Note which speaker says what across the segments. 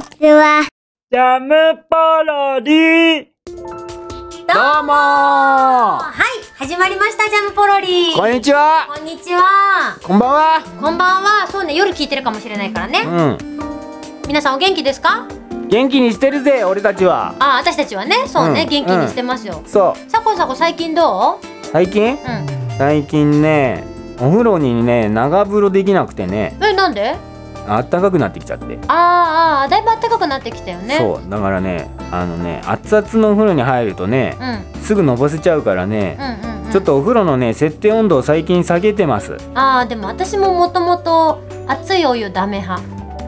Speaker 1: ちは。
Speaker 2: ジャムパロディ
Speaker 3: ど
Speaker 4: どうも
Speaker 3: はい、始まりました、ジャムポロリ
Speaker 4: ーこんにちは
Speaker 3: こんにちは。
Speaker 4: こんばんは
Speaker 3: こんばんは。そうね、夜聞いてるかもしれないからね。
Speaker 4: う
Speaker 3: 皆さんお元気ですか
Speaker 4: ん元気にしてるぜ俺たちは
Speaker 3: あ、私たちはね、そうね、
Speaker 4: うん
Speaker 3: 元気にしてますよ。
Speaker 4: そ
Speaker 3: さこさこ最近どう
Speaker 4: う最近
Speaker 3: うん。
Speaker 4: 最近ねお風呂にね長風呂できなくてね
Speaker 3: え、なんで
Speaker 4: あったかくなってきちゃって、
Speaker 3: あーあー、だいぶ暖かくなってきたよね。う。
Speaker 4: そうだからねあのね熱々のお風呂に入るとね
Speaker 3: うん。うん
Speaker 4: すぐのぼせちゃうからね、
Speaker 3: うんうん。
Speaker 4: ちょっ。とお風呂のね設定温度を最近下げてます
Speaker 3: ああ、でも私ももともと熱いお湯ダメ派。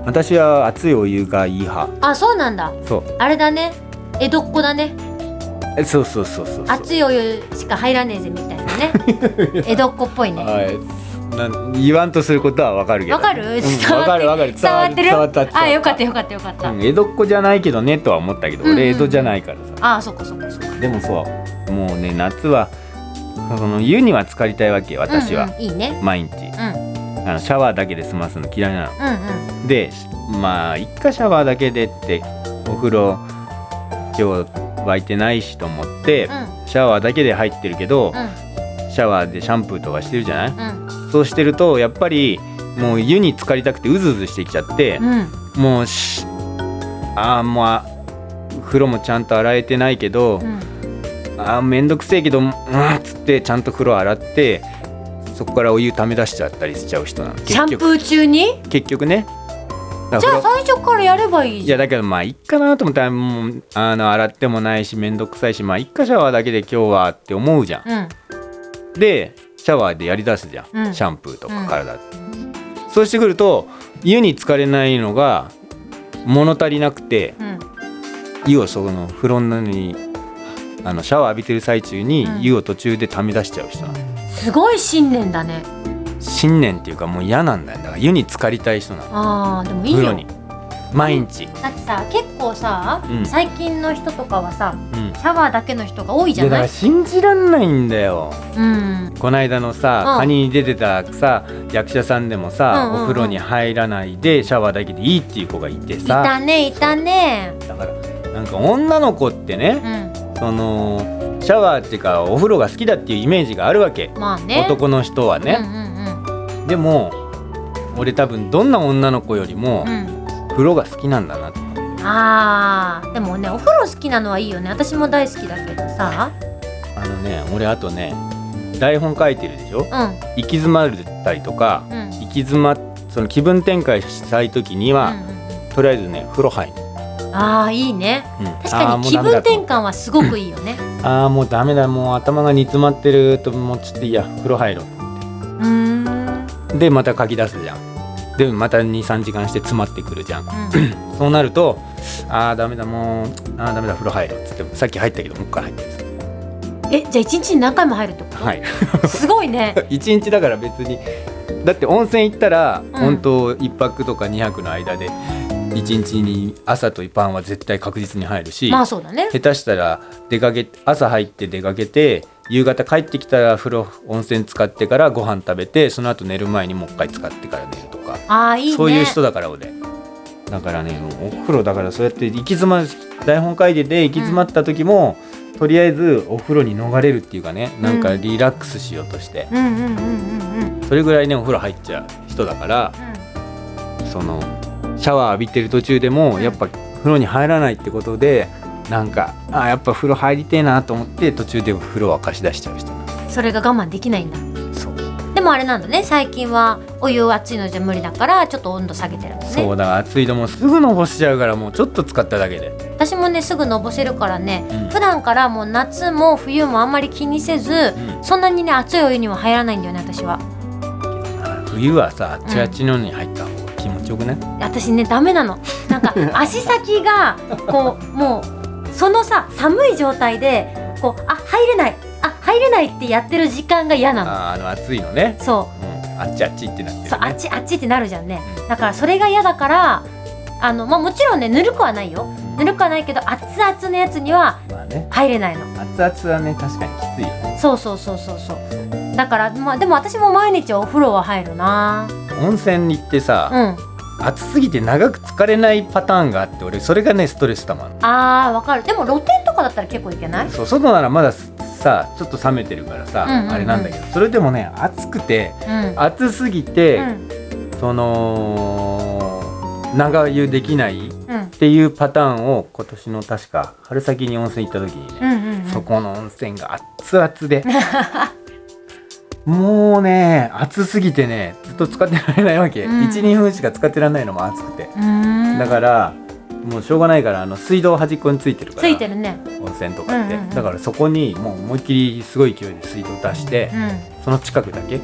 Speaker 4: 私は熱いお湯がいい派
Speaker 3: あ、そうなんだ。
Speaker 4: そう
Speaker 3: あれだね。江戸っ子だね。
Speaker 4: えそうそうそうそうそう
Speaker 3: 熱いお湯しか入らねえぜみたいな ね。江戸っ子っぽいね。
Speaker 4: はいなん言わんとすることはわかるけど
Speaker 3: わかる
Speaker 4: うん
Speaker 3: 伝わってる
Speaker 4: わかるわかる
Speaker 3: 伝わってる
Speaker 4: 伝わった伝わった
Speaker 3: あよかったよかったよかった、
Speaker 4: うん江戸っ子じゃないけどねとは思ったけど、
Speaker 3: うんうん
Speaker 4: 俺江戸じゃないからさ
Speaker 3: ああそっかそっかそっか
Speaker 4: でもそうもうね夏はその湯には浸かりたいわけよ私は
Speaker 3: うん、うんいいね
Speaker 4: 毎日
Speaker 3: うんうん
Speaker 4: あのシャワーだけで済ますの嫌いな
Speaker 3: うん
Speaker 4: のでまあ一回シャワーだけでってお風呂今日沸いてないしと思って
Speaker 3: う、ん
Speaker 4: シャワーだけで入ってるけど、
Speaker 3: うん
Speaker 4: シャワーでシャンプーとかしてるじゃない
Speaker 3: うん
Speaker 4: そうしてるとやっぱりもう湯に浸かりたくてうずうずしてきちゃって、
Speaker 3: うん
Speaker 4: もうしあーもうあ風呂もちゃんと洗えてないけど、
Speaker 3: うん
Speaker 4: あーめんどくせえけどうんっつってちゃんと風呂洗ってそこからお湯溜め出しちゃったりしちゃう人なの
Speaker 3: シャ
Speaker 4: 結
Speaker 3: ンプ
Speaker 4: 局
Speaker 3: ー中に
Speaker 4: 結局ねだ
Speaker 3: じ
Speaker 4: から
Speaker 3: ゃ
Speaker 4: 風
Speaker 3: あ
Speaker 4: 呂
Speaker 3: 最初からやればいい
Speaker 4: い
Speaker 3: じ
Speaker 4: や
Speaker 3: ゃん
Speaker 4: だけどまあいっかなと思ったらもうあの洗ってもないしめんどくさいしまあいっかシャワーだけで今日はって思うじゃん
Speaker 3: うん
Speaker 4: でシャワーでやりだすじゃん、
Speaker 3: うん
Speaker 4: シャンプーと
Speaker 3: う
Speaker 4: か
Speaker 3: ん
Speaker 4: 体、そうしてくると湯に浸かれないのが物足りなくて
Speaker 3: うん
Speaker 4: 湯をその風呂のにあのシャワー浴びてる最中に
Speaker 3: うん
Speaker 4: 湯を途中で溜め出しちゃう人なの、
Speaker 3: すごい信念だね
Speaker 4: 信念っていうかもう嫌なんだよだから湯に浸かりたい人なの
Speaker 3: あーでもいい
Speaker 4: 風呂
Speaker 3: よ
Speaker 4: に毎日、
Speaker 3: だってさ結構さ、
Speaker 4: うん
Speaker 3: 最近の人とかはさ
Speaker 4: うん
Speaker 3: シャワーだけの人が多い
Speaker 4: い
Speaker 3: じゃ
Speaker 4: やだか
Speaker 3: な
Speaker 4: ら
Speaker 3: い
Speaker 4: 信じらんないんだよ
Speaker 3: うん
Speaker 4: この間のさ、
Speaker 3: うん
Speaker 4: カニに出てたさ役者さんでもさ、
Speaker 3: うんうんうん
Speaker 4: お風呂に入らないでシャワーだけでいいっていう子がいて
Speaker 3: い
Speaker 4: さ
Speaker 3: たねいたね
Speaker 4: だからなんか女の子ってね、
Speaker 3: うん
Speaker 4: そのシャワーっていうかお風呂が好きだっていうイメージがあるわけ、
Speaker 3: まあね
Speaker 4: 男の人は
Speaker 3: う
Speaker 4: ね、
Speaker 3: んうん
Speaker 4: でも俺多分どんな女の子よりも
Speaker 3: うんうん
Speaker 4: 風呂が好きなんだなって
Speaker 3: あーでもねお風呂好きなのはいいよね私も大好きだけどさ
Speaker 4: あのね俺あとね台本書いてるでしょ
Speaker 3: う
Speaker 4: 行き詰まったりとか
Speaker 3: んうん
Speaker 4: 行き詰まその気分転換したい時には、
Speaker 3: う
Speaker 4: とりあえずね風呂入る、
Speaker 3: んうん、ああいいね
Speaker 4: うん、
Speaker 3: 確かに気分転換はすごくいいよね
Speaker 4: あーもうダメだもう頭が煮詰まってるともうちょっといいや風呂入ろう
Speaker 3: う ーんうん
Speaker 4: でまた書き出すじゃんでまた23時間して詰まってくるじゃんそうなるとあーダメだもうあーダメだ風呂入るっつってさっき入ったけどもう一回入ってる
Speaker 3: えじゃあ一日に何回も入るってこ
Speaker 4: はい
Speaker 3: とすごいね
Speaker 4: 一日だから別にだって温泉行ったら、
Speaker 3: ん
Speaker 4: 本当一泊とか二泊の間で一日に朝と晩は絶対確実に入るし、
Speaker 3: まあそうだね
Speaker 4: 下手したら出かけ朝入って出かけて夕方帰ってきたら風呂温泉使ってからご飯食べてその後寝る前にもう一回使ってから寝るとか
Speaker 3: ああいいね
Speaker 4: そういう人だから俺だからねお風呂だからそうやって行き詰まる台本書いてて行き詰まった時も、とりあえずお風呂に逃れるっていうかねなんかリラックスしようとして、
Speaker 3: うんうんうんうんうんうん
Speaker 4: それぐらいねお風呂入っちゃう人だからそのシャワー浴びてる途中でもやっぱ風呂に入らないってことでなんかあやっぱ風呂入りてえなと思って途中で風呂沸かし出しちゃう人な
Speaker 3: それが我慢できないんだ
Speaker 4: そう,、
Speaker 3: でもあれなんだね最近はお湯熱いのじゃ無理だからちょっと温度下げてるんだ
Speaker 4: そう
Speaker 3: ね
Speaker 4: だから暑いともうすぐのぼしちゃうからもうちょっと使っただけで
Speaker 3: 私もねすぐのぼせるからね、
Speaker 4: うん
Speaker 3: 普段からもう夏も冬もあんまり気にせず、
Speaker 4: う
Speaker 3: そんなにね熱いお湯には入らないんだよね私は
Speaker 4: あ冬はさあっちあっちのに入った方が気持ちよくない、
Speaker 3: 私ねダメなのな んか足先がこうもうそのさ寒い状態でこうあ入れないあ入れないってやってる時間が嫌なの
Speaker 4: あーあの暑いのね、
Speaker 3: そ
Speaker 4: うん、あっちあっちってなってる、
Speaker 3: う
Speaker 4: ね、
Speaker 3: そうあっちあっちってなるじゃんね
Speaker 4: うん
Speaker 3: だからそれが嫌だからあのまあもちろんねぬるくはないよ
Speaker 4: うん
Speaker 3: ぬるくはないけど熱々のやつには
Speaker 4: まあね
Speaker 3: 入れないの
Speaker 4: 熱々はね確かにきついよね
Speaker 3: そうそうそうそうそうだからまあでも私も毎日お風呂は入るな
Speaker 4: 温泉に行ってさ、
Speaker 3: うん
Speaker 4: 暑すぎて長く疲れないパターンがあって俺それがねストレスたまん
Speaker 3: あーわかるでも露天とかだったら結構いけない
Speaker 4: そう外ならまださちょっと冷めてるからさ、
Speaker 3: うんうんうん
Speaker 4: あれなんだけどそれでもね暑くて
Speaker 3: うん
Speaker 4: 暑すぎて、
Speaker 3: うん
Speaker 4: その長湯できないっ
Speaker 3: うん
Speaker 4: ていうパターンを今年の確か春先に温泉行った時に
Speaker 3: う
Speaker 4: ね、
Speaker 3: んうんうん
Speaker 4: そこの温泉が熱々でもうね暑すぎてねずっと使ってられないわけ、
Speaker 3: うん
Speaker 4: 12分しか使ってられないのも暑くて、
Speaker 3: うーん
Speaker 4: だからもうしょうがないからあの水道端っこについてるか
Speaker 3: つ
Speaker 4: ら
Speaker 3: いてるね
Speaker 4: 温泉とかって、
Speaker 3: うんうんうん
Speaker 4: だからそこにもう思いっきりすごい勢いで水道出して
Speaker 3: う、ん
Speaker 4: その近くだけち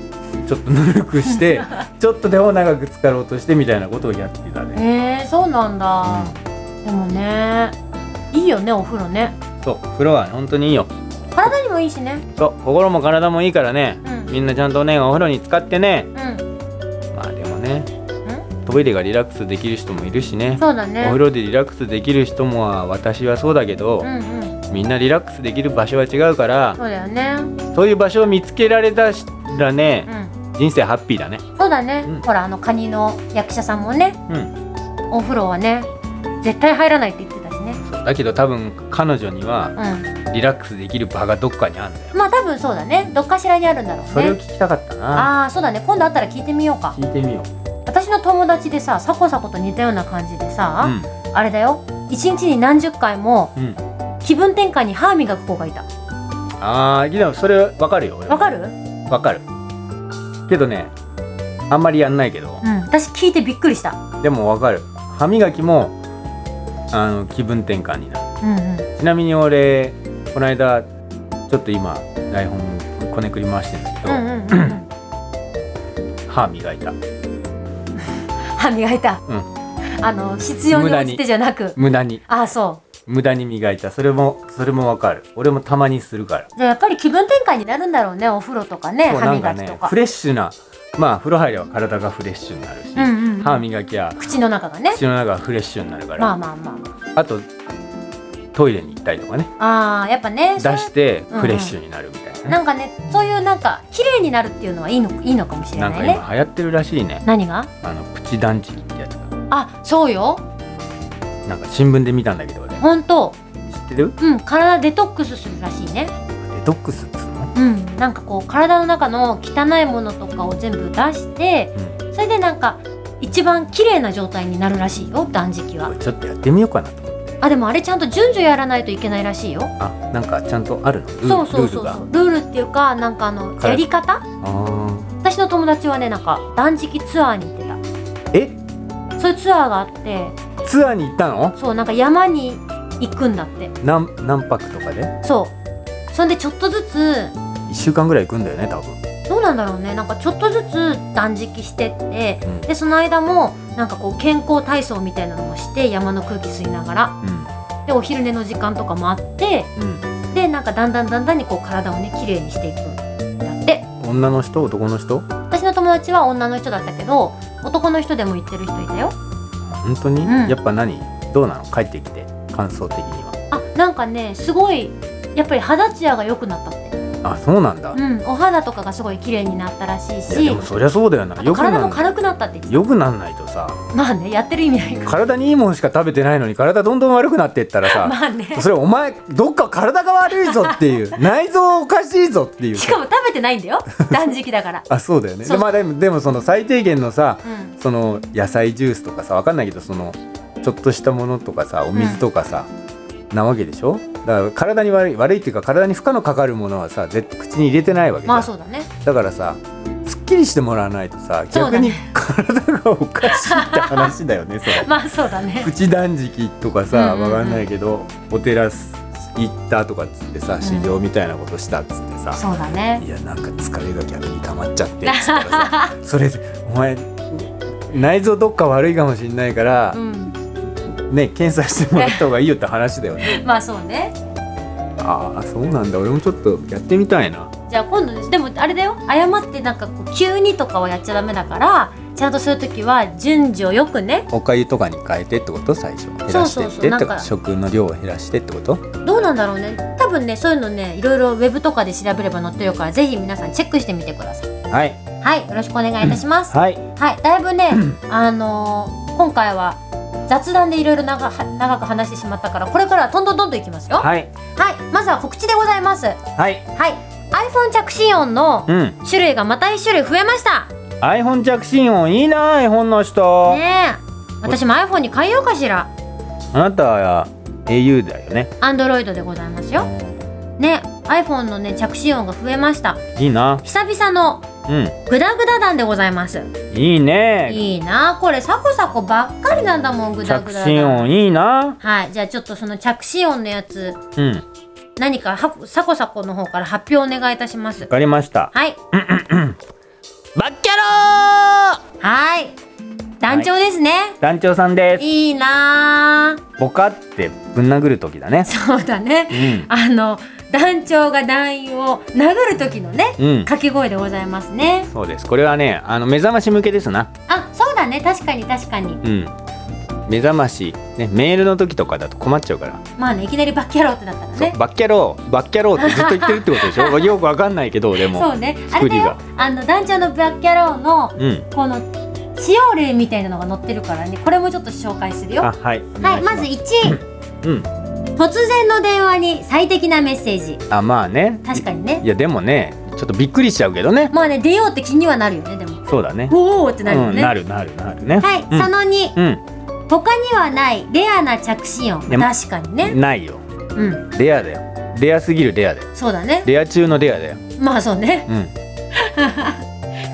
Speaker 4: ょっとぬるくして ちょっとでも長く浸かろうとしてみたいなことをやってたね、
Speaker 3: えー、そうなんだ、
Speaker 4: う
Speaker 3: でもねいいよねお風呂ね
Speaker 4: ん、そう風呂は本当にいいよ
Speaker 3: 体にもいいしね
Speaker 4: そう心も体もいいからね
Speaker 3: うん
Speaker 4: みんなちゃんとねお風呂に使ってね
Speaker 3: うん
Speaker 4: まあでもねトイレがリラックスできる人もいるしね
Speaker 3: そうだ
Speaker 4: お
Speaker 3: ね
Speaker 4: 風呂でリラックスできる人もは私はそうだけど
Speaker 3: う、んうん
Speaker 4: みんなリラックスできる場所は違うから
Speaker 3: そうだよね
Speaker 4: そういう場所を見つけられたらね
Speaker 3: う、ん
Speaker 4: 人生ハッピーだね
Speaker 3: そうだね、
Speaker 4: うん
Speaker 3: ほらあのカニの役者さんもね
Speaker 4: うん
Speaker 3: お風呂はね絶対入らないって言ってたしね
Speaker 4: そうだけど多分彼女には
Speaker 3: う
Speaker 4: リラックスできる場がどっかにあるんだよ
Speaker 3: んまあ多分そうだねどっかしらにあるんだろうね
Speaker 4: それを聞きたかったな、
Speaker 3: ああそうだね今度会ったら聞いてみようか
Speaker 4: 聞いてみよう
Speaker 3: 私の友達でさサコサコと似たような感じでさ、
Speaker 4: う
Speaker 3: あれだよ一日に何十回も
Speaker 4: んうん、
Speaker 3: 気分転換に歯磨く子がいた
Speaker 4: ああでもそれわかるよ俺
Speaker 3: わ
Speaker 4: は
Speaker 3: かる
Speaker 4: わかるけどねあんまりやんないけど
Speaker 3: う、ん私聞いてびっくりした
Speaker 4: でもわかる歯磨きもあの気分転換になる
Speaker 3: うんうん
Speaker 4: ちなみに俺この間ちょっと今台本こねくり回してんだけ
Speaker 3: う
Speaker 4: ど、
Speaker 3: んうんうんうん
Speaker 4: 歯磨いた
Speaker 3: 歯磨いた、
Speaker 4: う
Speaker 3: あの必要に応じてじゃなく
Speaker 4: 無駄に
Speaker 3: ああそ
Speaker 4: 無駄に磨いたそれもそれもわかる俺もたまにするから
Speaker 3: うじゃあやっぱり気分転換になるんだろうねお風呂とかね
Speaker 4: そう
Speaker 3: 歯
Speaker 4: なんか
Speaker 3: 磨きと
Speaker 4: ね
Speaker 3: か
Speaker 4: フレッシュなまあ風呂入れば体がフレッシュになるし、
Speaker 3: うんうんうん
Speaker 4: 歯磨きや
Speaker 3: 口の中がね
Speaker 4: 口の中がフレッシュになるから、
Speaker 3: まあまあまあま
Speaker 4: あとトイレに行ったりとかね
Speaker 3: ああーやっぱね
Speaker 4: 出
Speaker 3: そう
Speaker 4: して
Speaker 3: うんうん
Speaker 4: フレッシュになるみたいなね、
Speaker 3: なんかねそういうなんか綺麗になるっていうのはいいのいいのかもしれ
Speaker 4: な
Speaker 3: なんい
Speaker 4: か
Speaker 3: ね
Speaker 4: 今流行ってるらしいね
Speaker 3: 何が
Speaker 4: あのプチ団地ってやつが
Speaker 3: あそうよ
Speaker 4: なんか新聞で見たんだけど俺知
Speaker 3: ほんと
Speaker 4: ってる
Speaker 3: うん体デトックスするらしいね
Speaker 4: デトックスっつうの、
Speaker 3: うんなんかこう体の中の汚いものとかを全部出して
Speaker 4: うん
Speaker 3: それでなんか一番綺麗な状態になるらしいよ断食は
Speaker 4: これちょっとやってみようかなと思って
Speaker 3: あでもあれちゃんと順序やらないといけないらしいよ
Speaker 4: あなんかちゃんとあるのル
Speaker 3: そうそうそ
Speaker 4: ルール
Speaker 3: う
Speaker 4: が
Speaker 3: そうルールっていうかなんかあの
Speaker 4: 体
Speaker 3: やり
Speaker 4: あ
Speaker 3: 方私の友達はねなんか断食ツアーに行ってた
Speaker 4: ーえ
Speaker 3: そういうツアーがあって
Speaker 4: ツアーに行ったの
Speaker 3: そうなんか山に行くんだって
Speaker 4: 何何泊とかで
Speaker 3: そうそんでちょっとずつ
Speaker 4: 1週間ぐらい行くんだよね多分
Speaker 3: どうなんだろうねなんかちょっとずつ断食してって
Speaker 4: うん
Speaker 3: でその間もなんかこう健康体操みたいなのもして山の空気吸いながらでお昼寝の時間とかもあって
Speaker 4: うん、
Speaker 3: でなんかだんだんだんだんにこう体をね綺麗にしていくんだって
Speaker 4: うん、女の人男の人
Speaker 3: 私の友達は女の人だったけど男の人でも行ってる人いたよ
Speaker 4: 本当に、
Speaker 3: うん
Speaker 4: やっぱ何どうなの帰ってきて感想的には
Speaker 3: あなんかねすごいやっぱり肌ツヤが良くなったって
Speaker 4: あそうなんだ、
Speaker 3: うんお肌とかがすごい綺麗になったらしい
Speaker 4: いや
Speaker 3: し
Speaker 4: でもそりゃそうだよな
Speaker 3: あ
Speaker 4: よ
Speaker 3: と
Speaker 4: くな
Speaker 3: 体も
Speaker 4: ん
Speaker 3: 軽くなったって言ってた
Speaker 4: よくなんないとさ
Speaker 3: まあねやってる意味ないから
Speaker 4: 体にいいもんしか食べてないのに体どんどん悪くなっていったらさ、
Speaker 3: まあね
Speaker 4: それお前どっか体が悪いぞって いう内臓おかしいぞっていう
Speaker 3: しかも食べてないんだよ断食だから
Speaker 4: あそうだよね
Speaker 3: そう
Speaker 4: で,、まあ、でもでもその最低限のさ
Speaker 3: うん
Speaker 4: その野菜ジュースとかさわかんないけどそのちょっとしたものとかさお水とかさ、なわけでしょだから体に悪い悪いっていうか体に負荷のかかるものはさ絶対口に入れてないわけじゃん
Speaker 3: まあそうだね
Speaker 4: だからさすっきりしてもらわないとさ
Speaker 3: そう
Speaker 4: 逆
Speaker 3: だね
Speaker 4: に体がおかしいって話だよねそれ
Speaker 3: まあそうだね
Speaker 4: プチ断食とかさ
Speaker 3: うんうん
Speaker 4: わ
Speaker 3: うん
Speaker 4: かんないけどお寺行ったとかっつってさ
Speaker 3: ん
Speaker 4: 修行みたいなことしたっつってさ、
Speaker 3: そうだね
Speaker 4: いやなんか疲れが逆に溜まっちゃってっつったらさそれお前内臓どっか悪いかもしれないから
Speaker 3: う、ん
Speaker 4: ね検査してもらった方がいいよって話だよね
Speaker 3: まあそうね
Speaker 4: ああそうなんだ俺もちょっとやってみたいな
Speaker 3: じゃあ今度ですでもあれだよ誤ってなんかこう急にとかはやっちゃダメだからちゃんとそういう時は順序よくね
Speaker 4: おかゆとかに変えてってこと最初減らして
Speaker 3: そう
Speaker 4: っ
Speaker 3: そう
Speaker 4: て
Speaker 3: なん
Speaker 4: と
Speaker 3: か
Speaker 4: か食の量を減らしてってこと
Speaker 3: どうなんだろうね多分ねそういうのねいろいろウェブとかで調べれば載ってるからぜひ皆さんチェックしてみてください
Speaker 4: はい
Speaker 3: はいよろしくお願いいたします
Speaker 4: はい
Speaker 3: はいだいぶねあのー今回は雑談でいろいろ長は長く話してしまったからこれからはどんどんどんどんいきますよはい、
Speaker 4: はい
Speaker 3: まずは告知でございますはい
Speaker 4: はい、
Speaker 3: iPhone 着信音の
Speaker 4: うん、
Speaker 3: 種類がまた1種類増えました
Speaker 4: iPhone 着信音いいな iPhone の人、
Speaker 3: ねえ私も iPhone に変えようかしら
Speaker 4: あなたは au だよね
Speaker 3: Android でございますよね iPhone のね着信音が増えました
Speaker 4: いいな
Speaker 3: 久々の
Speaker 4: うん
Speaker 3: グダグダ弾でございます
Speaker 4: いいね
Speaker 3: いいなこれサコサコばっかりなんだもんグダ
Speaker 4: 着
Speaker 3: グダ
Speaker 4: 信
Speaker 3: 弾
Speaker 4: 音いいな
Speaker 3: はいじゃあちょっとその着信音のやつ
Speaker 4: うんわ
Speaker 3: 何かはサコサコの方から発表お願いいたします
Speaker 4: かりました
Speaker 3: はい
Speaker 2: バッキャロー
Speaker 3: はい団長ですね、
Speaker 4: 団長さんです
Speaker 3: い、いなー
Speaker 4: ボカってぶん殴る時だね
Speaker 3: そうだね
Speaker 4: うん
Speaker 3: あの団長が団員を殴る時のね
Speaker 4: うん
Speaker 3: 掛け声でございますね
Speaker 4: そうですこれはねあの目覚まし向けですな
Speaker 3: あそうだね確かに確かに
Speaker 4: うん目覚まし、ね、メールの時とかだと困っちゃうから、
Speaker 3: まあねいきなりバッキャローってなったら
Speaker 4: そう
Speaker 3: ね
Speaker 4: バッキャローバッキャローってずっと言ってるってことでし ょよくわかんないけどでも
Speaker 3: そうねあ
Speaker 4: 作
Speaker 3: れだ
Speaker 4: り
Speaker 3: よ
Speaker 4: が
Speaker 3: あの団長のバッキャローの
Speaker 4: うん
Speaker 3: この使用例みたいなのが載ってるからねこれもちょっと紹介するよ
Speaker 4: あ
Speaker 3: は
Speaker 4: はい
Speaker 3: いまず1
Speaker 4: ずうん
Speaker 3: 突然の電話に最適なメッセージ
Speaker 4: あまあね
Speaker 3: 確かにね
Speaker 4: いやでもねちょっとびっくりしちゃうけどね
Speaker 3: まあね出ようって気にはなるよねでも
Speaker 4: そうだね
Speaker 3: おおってなるよ
Speaker 4: うん、
Speaker 3: ね、
Speaker 4: なるなるなるね
Speaker 3: はい、
Speaker 4: うん
Speaker 3: その2
Speaker 4: う
Speaker 3: 他にはないレアな着信音
Speaker 4: でも
Speaker 3: 確かにね
Speaker 4: んないよ
Speaker 3: うん
Speaker 4: レアだよレアすぎるレアだよ
Speaker 3: そうだね
Speaker 4: レア中のレアだよ
Speaker 3: まあそうね
Speaker 4: うん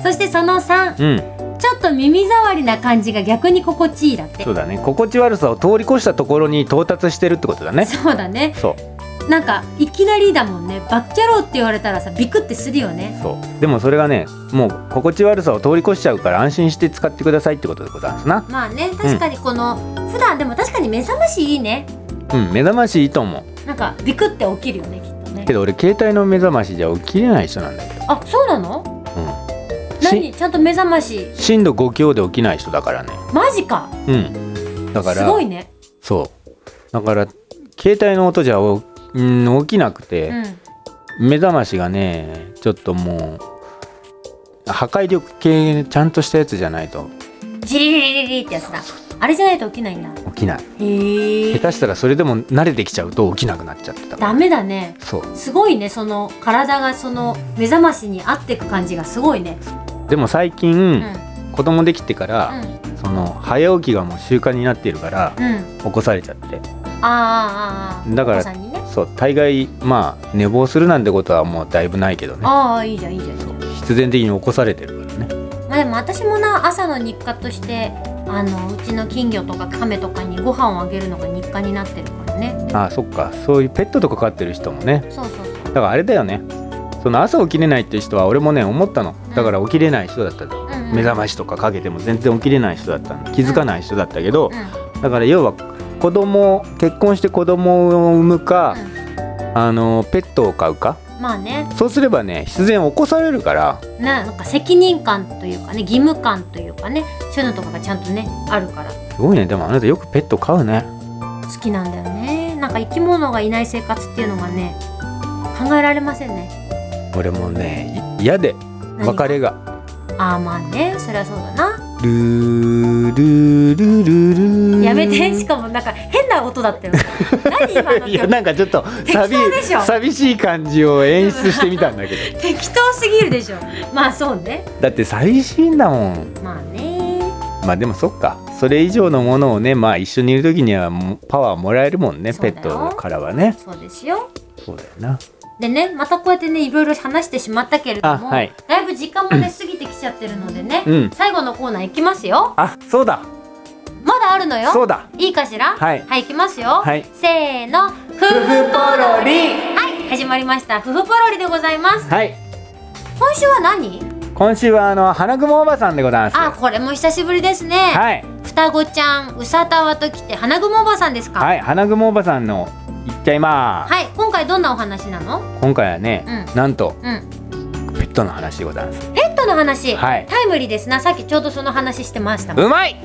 Speaker 3: そしてその3
Speaker 4: うん
Speaker 3: ちょっと耳障りな感じが逆に心地いいだって
Speaker 4: そうだね心地悪さを通り越したところに到達してるってことだね
Speaker 3: そうだね
Speaker 4: そう
Speaker 3: なんかいきなりだもんねバッキャローって言われたらさビクってするよね
Speaker 4: そうでもそれがねもう心地悪さを通り越しちゃうから安心して使ってくださいってことでございますな
Speaker 3: まあね確かにこの、普段でも確かに目覚ましいいね
Speaker 4: うん目覚ましいいと思う
Speaker 3: なんかビクって起きるよねきっとね
Speaker 4: けど俺携帯の目覚ましじゃ起きれない人なんだけど
Speaker 3: あそうなの
Speaker 4: うんし
Speaker 3: 何ちゃんと目覚まし
Speaker 4: 震度5強で起きない人だからね
Speaker 3: マジか
Speaker 4: うんだから
Speaker 3: すごいね
Speaker 4: そうだから携帯の音じゃおうん起きなく
Speaker 3: う
Speaker 4: て、
Speaker 3: ん
Speaker 4: 目覚ましがねちょっともう破壊力系ちゃんとしたやつじゃないと
Speaker 3: ジリリリリリってやつだあれじゃないと起きないんだ
Speaker 4: 起きない
Speaker 3: へ
Speaker 4: 下
Speaker 3: え
Speaker 4: 手したらそれでも慣れてきちゃうと起きなくなっちゃってた
Speaker 3: ダメだね
Speaker 4: そう
Speaker 3: すごいねその体がその目覚ましに合ってく感じがすごいね
Speaker 4: でも最近、
Speaker 3: うんうん
Speaker 4: 子供できてから、その早起きがもう習慣になっているから
Speaker 3: うん
Speaker 4: 起こされちゃって
Speaker 3: あああーあー
Speaker 4: だから
Speaker 3: お子さんにね
Speaker 4: そう大概まあ寝坊するなんてことはもうだいぶないけどね
Speaker 3: ああいいじゃんいいじゃんいいじゃん
Speaker 4: 必然的に起こされてるからね
Speaker 3: まあでも私もな朝の日課としてあのうちの金魚とか亀とかにご飯をあげるのが日課になってるからね
Speaker 4: ああそっかそういうペットとか飼ってる人もね
Speaker 3: そうそうそう
Speaker 4: だからあれだよねその朝起きれないっていう人は俺もね思ったのだから起きれない人だったの
Speaker 3: うんうん
Speaker 4: 目覚ましとかかけても全然起きれない人だったの気づかない人だったけど
Speaker 3: うん
Speaker 4: だから要は子供結婚して子供を産むかあのペットを飼うか
Speaker 3: うんまあね
Speaker 4: そうすればね必然起こされるから
Speaker 3: ねなんか責任感というかね義務感というかねそういうのとかがちゃんとねあるから
Speaker 4: すごいねでもあなたよくペット飼うね
Speaker 3: 好きなんだよねなんか生き物がいない生活っていうのがね考えられませんね
Speaker 4: 俺もねい嫌で
Speaker 3: 何
Speaker 4: 別れが
Speaker 3: ああまあねそれはそうだな
Speaker 4: ルールールールールー
Speaker 3: やめてしかもなんか変な音だっ たよ何今の
Speaker 4: いや
Speaker 3: 曲
Speaker 4: なんかちょっと
Speaker 3: 適当でしょ
Speaker 4: 寂寂しい感じを演出してみたんだけど
Speaker 3: 適当すぎるでしょまあそうね
Speaker 4: だって寂しいんだもん
Speaker 3: まあね
Speaker 4: まあでもそっかそれ以上のものをねまあ一緒にいる時にはもうパワーもらえるもんね
Speaker 3: そうだ
Speaker 4: ペ
Speaker 3: よ
Speaker 4: ットからはね
Speaker 3: そうですよ
Speaker 4: そうだよな
Speaker 3: でねまたこうやってねいろいろ話してしまったけれども、
Speaker 4: あはい
Speaker 3: だいぶ時間もね過ぎてきちゃってるのでね、
Speaker 4: うん
Speaker 3: 最後のコーナーいきますよ
Speaker 4: あそうだ
Speaker 3: まだあるのよ
Speaker 4: そうだ
Speaker 3: いいかしら
Speaker 4: はい
Speaker 3: い、いきますよ、
Speaker 4: はい
Speaker 3: せーのふふポロリはい始まりましたふふポロリでございます
Speaker 4: はい
Speaker 3: 今週は何
Speaker 4: 今週はあの花雲おばさんでございます
Speaker 3: あこれも久しぶりですね、
Speaker 4: はい
Speaker 3: 双子ちゃんうさたわときて花雲おばさんですか
Speaker 4: はい花雲おばさんのいっちゃいまーす、
Speaker 3: はい今回どんなお話なの
Speaker 4: 今回はね、
Speaker 3: う
Speaker 4: なんと
Speaker 3: うん
Speaker 4: ペットの話でございます
Speaker 3: ペットの話、
Speaker 4: はい
Speaker 3: タイムリーですなさっきちょうどその話してましたもん
Speaker 4: うまい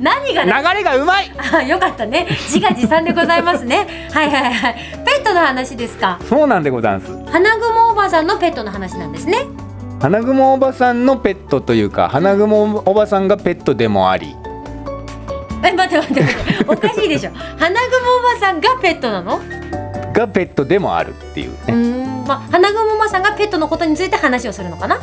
Speaker 3: 何が
Speaker 4: 流れがうまい
Speaker 3: あよかったね自画自賛でございますね はいはいはいペットの話ですか
Speaker 4: そうなんでございます
Speaker 3: 花雲おばさんのペットの話なんですね
Speaker 4: 花雲おばさんのペットというか花雲おばさんがペットでもあり
Speaker 3: 待って待って待っておかしいでしょ花雲おばさんがペットなの
Speaker 4: がペットでもあるっていう
Speaker 3: う
Speaker 4: ね、
Speaker 3: んまあ花雲おばさんがペットのことについて話をするのかない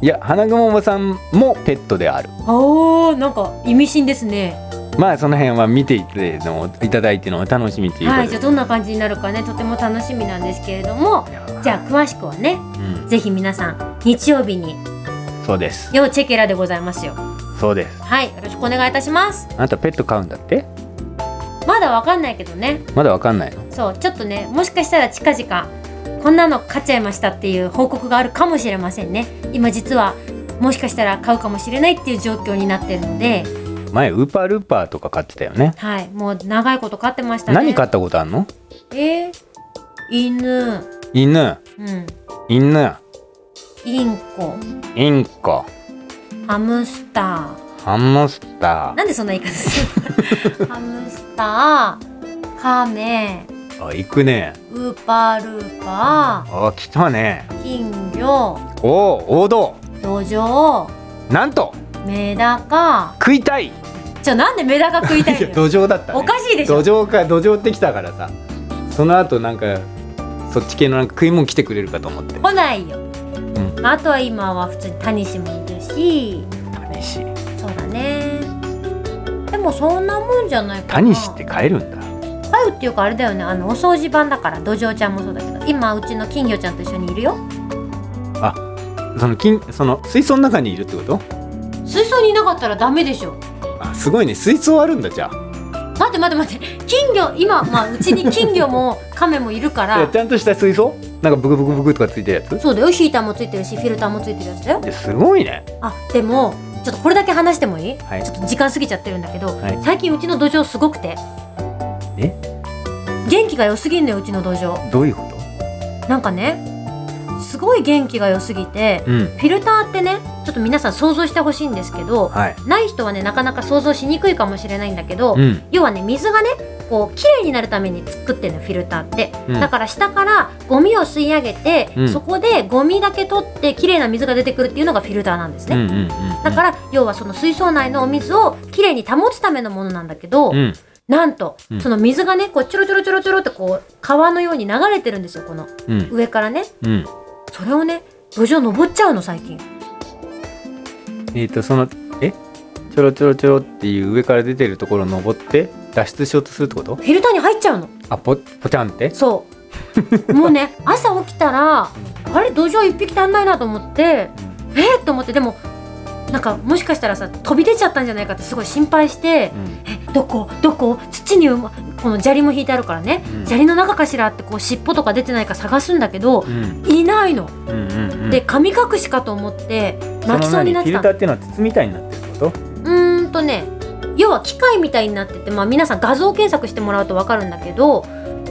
Speaker 4: や花雲さんもペットである
Speaker 3: おーなんか意味深ですね
Speaker 4: まあその辺は見ていてのいただいてのお楽しみということ
Speaker 3: は
Speaker 4: で
Speaker 3: いじゃあどんな感じになるかねとても楽しみなんですけれどもじゃあ詳しくはね
Speaker 4: うん、
Speaker 3: ぜひ皆さん日曜日に
Speaker 4: そうです
Speaker 3: 要チェケラでございますよ
Speaker 4: そうです
Speaker 3: はいよろしくお願いいたします
Speaker 4: あなたペット飼うんだって
Speaker 3: まだわかんないけどね
Speaker 4: まだわかんないの
Speaker 3: そうちょっとねもしかしたら近々こんなの買っちゃいましたっていう報告があるかもしれませんね今実はもしかしたら買うかもしれないっていう状況になってるので
Speaker 4: 前ウーパールーパーとか飼ってたよね
Speaker 3: はいもう長いこと飼ってましたね
Speaker 4: 何飼ったことあんの
Speaker 3: えー、犬
Speaker 4: 犬
Speaker 3: うん
Speaker 4: 犬
Speaker 3: インコ
Speaker 4: インコ
Speaker 3: ハムスタ
Speaker 4: ハムスタ
Speaker 3: ーなんでそんな言い方する ハムスターカメ
Speaker 4: ーあ行くね
Speaker 3: ウーパールーパ
Speaker 4: あ来たね
Speaker 3: ー金魚
Speaker 4: おお王道
Speaker 3: ドジョウ
Speaker 4: なんと
Speaker 3: メダカ
Speaker 4: 食いたい
Speaker 3: じゃあなんでメダカ食いたい
Speaker 4: いや
Speaker 3: のよ
Speaker 4: 土壌だったね
Speaker 3: おかしいでし
Speaker 4: 土壌
Speaker 3: ょ
Speaker 4: か土壌ってきたからさその後なんかそっち系のなんか食い物来てくれるかと思って
Speaker 3: 来ないよ、
Speaker 4: う
Speaker 3: まあ、あとは今は普通にタニシもいるし
Speaker 4: タニシ
Speaker 3: そうだねでもそんなもんじゃないかな
Speaker 4: タニシって飼えるんだ
Speaker 3: 飼うっていうかあれだよねあのお掃除版だからドジョウちゃんもそうだけど今うちの金魚ちゃんと一緒にいるよ
Speaker 4: その金その水槽の中にいるってこと
Speaker 3: 水槽にいなかったらダメでしょ
Speaker 4: あすごいね水槽あるんだじゃ
Speaker 3: 待って待って待って金魚今まあうちに金魚も亀もいるか
Speaker 4: あいや
Speaker 3: ら
Speaker 4: ちゃんとした水槽なんかブクブクブクとかついてるやつ
Speaker 3: そうだよヒーターもついてるしフィルターもついてるやつだよ
Speaker 4: いやすごいね
Speaker 3: あでもちょっとこれだけ話してもいい、
Speaker 4: はい
Speaker 3: ちょっと時間過ぎちゃってるんだけど、
Speaker 4: はい
Speaker 3: 最近うちの土壌すごくて
Speaker 4: え
Speaker 3: 元気が良すぎんのようちの土壌
Speaker 4: どういうこと
Speaker 3: なんかねすごい元気が良すぎて
Speaker 4: うん
Speaker 3: フィルターってねちょっと皆さん想像してほしいんですけど
Speaker 4: はい
Speaker 3: ない人はねなかなか想像しにくいかもしれないんだけど、
Speaker 4: うん
Speaker 3: 要はね水がねこう綺麗になるために作ってるのフィルターって、
Speaker 4: うん
Speaker 3: だから下からゴミを吸い上げて、
Speaker 4: うん
Speaker 3: そこでゴミだけ取って綺麗な水が出てくるっていうのがフィルターなんです
Speaker 4: う
Speaker 3: ね、
Speaker 4: んうんうん
Speaker 3: だから要はその水槽内のお水を綺麗に保つためのものなんだけど、
Speaker 4: うん
Speaker 3: なんと、
Speaker 4: うん
Speaker 3: その水がねこうちょろちょろちょろちょろってこう川のように流れてるんですよこの
Speaker 4: うん
Speaker 3: 上からね
Speaker 4: うん
Speaker 3: それをね土壌登っちゃうの最近
Speaker 4: えっ、とそのえちょろちょろちょろっていう上から出てるところを登って脱出しようとするってこと
Speaker 3: フィルターに入っちゃうの
Speaker 4: あぽぽちゃんって
Speaker 3: そうもう ね朝起きたらあれ土壌一匹足んないなと思ってえっと思ってでもなんかもしかしたらさ飛び出ちゃったんじゃないかってすごい心配して
Speaker 4: う、ん
Speaker 3: えどこどこ土にうまこの砂利も引いてあるからね、
Speaker 4: うん
Speaker 3: 砂利の中かしらってこう尻尾とか出てないか探すんだけど
Speaker 4: う、ん
Speaker 3: いないの、
Speaker 4: うんうんうん
Speaker 3: で神隠しかと思って
Speaker 4: その
Speaker 3: 泣きそうになっ
Speaker 4: 何フ
Speaker 3: て
Speaker 4: ィル
Speaker 3: た
Speaker 4: ターっていうのは筒みたいになってるってこと
Speaker 3: うーんとね要は機械みたいになってて、まあ、皆さん画像検索してもらうと分かるんだけど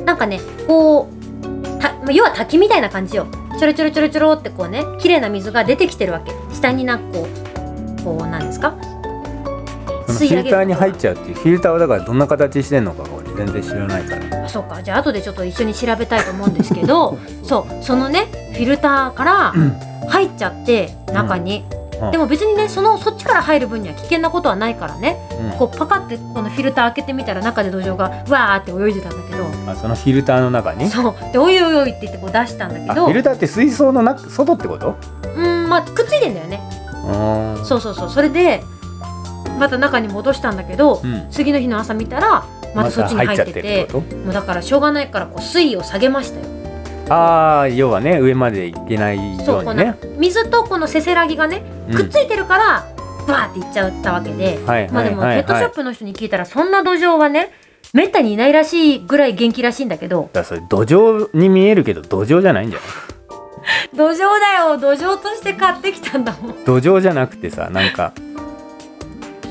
Speaker 3: なんかねこうたまあ要は滝みたいな感じよちょろちょろちょろちょろってこうね綺麗な水が出てきてるわけ下になんかこうこうなんですか
Speaker 4: そのフ
Speaker 3: 吸
Speaker 4: ィ
Speaker 3: い上げる
Speaker 4: ルターに入っちゃうっていうフィルターはだからどんな形してんのか俺全然知らないから
Speaker 3: あそうかじゃあ後でちょっと一緒に調べたいと思うんですけ どそうそのねフィルターから入っちゃって中に、
Speaker 4: うん
Speaker 3: でも別にねそのそっちから入る分には危険なことはないからね
Speaker 4: うん
Speaker 3: こうパカってこのフィルター開けてみたら中で土壌がわーって泳いでたんだけど
Speaker 4: あそのフィルターの中に
Speaker 3: そうでおいおいおいって言ってこう出したんだ
Speaker 4: あ
Speaker 3: け
Speaker 4: フ
Speaker 3: ど
Speaker 4: ィルターって水槽の中外ってこと
Speaker 3: うんまあくっついてんだよね
Speaker 4: あ
Speaker 3: そうそうそうそれでまた中に戻したんだけど、
Speaker 4: うん
Speaker 3: 次の日の朝見たらまたそっちに入ってて,、
Speaker 4: こ
Speaker 3: もうだからしょうがないからこう水位を下げましたよ
Speaker 4: とああ要はね上まで行けない
Speaker 3: そ
Speaker 4: よ
Speaker 3: う
Speaker 4: う
Speaker 3: こ
Speaker 4: に
Speaker 3: の
Speaker 4: ね
Speaker 3: 水とこのせせらぎがね
Speaker 4: うん
Speaker 3: くっついてるから、バーっていっちゃったわけで、
Speaker 4: はい
Speaker 3: まあでもペ
Speaker 4: はいはい
Speaker 3: ットショップの人に聞いたらそんな土壌はねめったにいないらしいぐらい元気らしいんだけど
Speaker 4: だからそれ土壌に見えるけど土壌じゃないんじゃない
Speaker 3: 土壌だよ土壌として買ってきたんだもん
Speaker 4: 土壌じゃなくてさなんか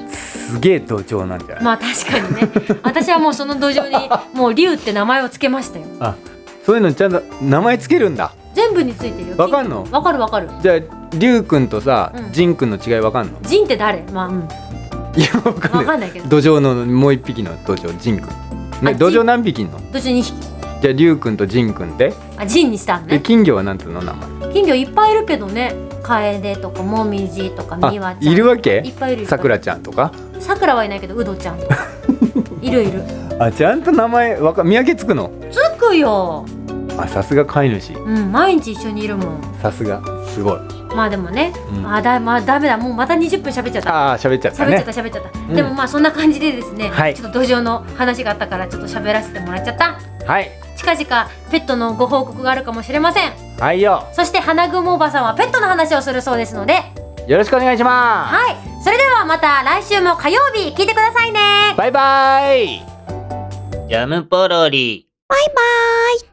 Speaker 4: すげえ土壌なんじゃない、
Speaker 3: まあ確かにね私はもうその土壌にもう龍って名前をつけましたよ
Speaker 4: あそういうのちゃんと名前つけるんだ
Speaker 3: 全部についてるよ
Speaker 4: わかんの
Speaker 3: わかるわかる
Speaker 4: じゃありゅうくんとさ、
Speaker 3: うん
Speaker 4: じんくんの違いわかんの
Speaker 3: ジンって誰まあうん
Speaker 4: いやわかんな
Speaker 3: わ
Speaker 4: い
Speaker 3: かんないけど
Speaker 4: 土壌のもう一匹の土壌ジンくん、
Speaker 3: あ
Speaker 4: ね、土
Speaker 3: ジ
Speaker 4: 壌
Speaker 3: ン
Speaker 4: 何匹いんの
Speaker 3: 土壌に匹
Speaker 4: じゃあリュウくんとジンくんで
Speaker 3: あジンにしたん
Speaker 4: で
Speaker 3: ね
Speaker 4: 金魚はなんつうの名前
Speaker 3: 金魚いっぱいいるけどねカエデとかモミジとかミワ
Speaker 4: あ
Speaker 3: ちゃん
Speaker 4: いるわけ
Speaker 3: いっぱいいるいっぱいいる
Speaker 4: さくらちゃんとか
Speaker 3: さくらはいないけどウドちゃん いるいる
Speaker 4: あちゃんと名前わか見分けつくの
Speaker 3: つくよ
Speaker 4: あさすが飼い主
Speaker 3: うん毎日一緒にいるもん
Speaker 4: さすがすごい、
Speaker 3: まあでもね、
Speaker 4: うん
Speaker 3: あだまあダメだもうまた20分喋っちゃった
Speaker 4: ああ喋っちゃった
Speaker 3: 喋っち
Speaker 4: ね
Speaker 3: ゃった喋っちゃった、
Speaker 4: ん
Speaker 3: でもまあそんな感じでですね、
Speaker 4: はい
Speaker 3: ちょっと土壌の話があったからちょっと喋らせてもらっちゃった
Speaker 4: はい
Speaker 3: 近々ペットのご報告があるかもしれません
Speaker 4: はいよ
Speaker 3: そして花雲おばさんはペットの話をするそうですので
Speaker 4: よろしくお願いしま
Speaker 3: はいそれではまた来週も火曜日聞いてくださいね
Speaker 4: すバイバイ
Speaker 2: ジャムポロリ。
Speaker 1: バイバイ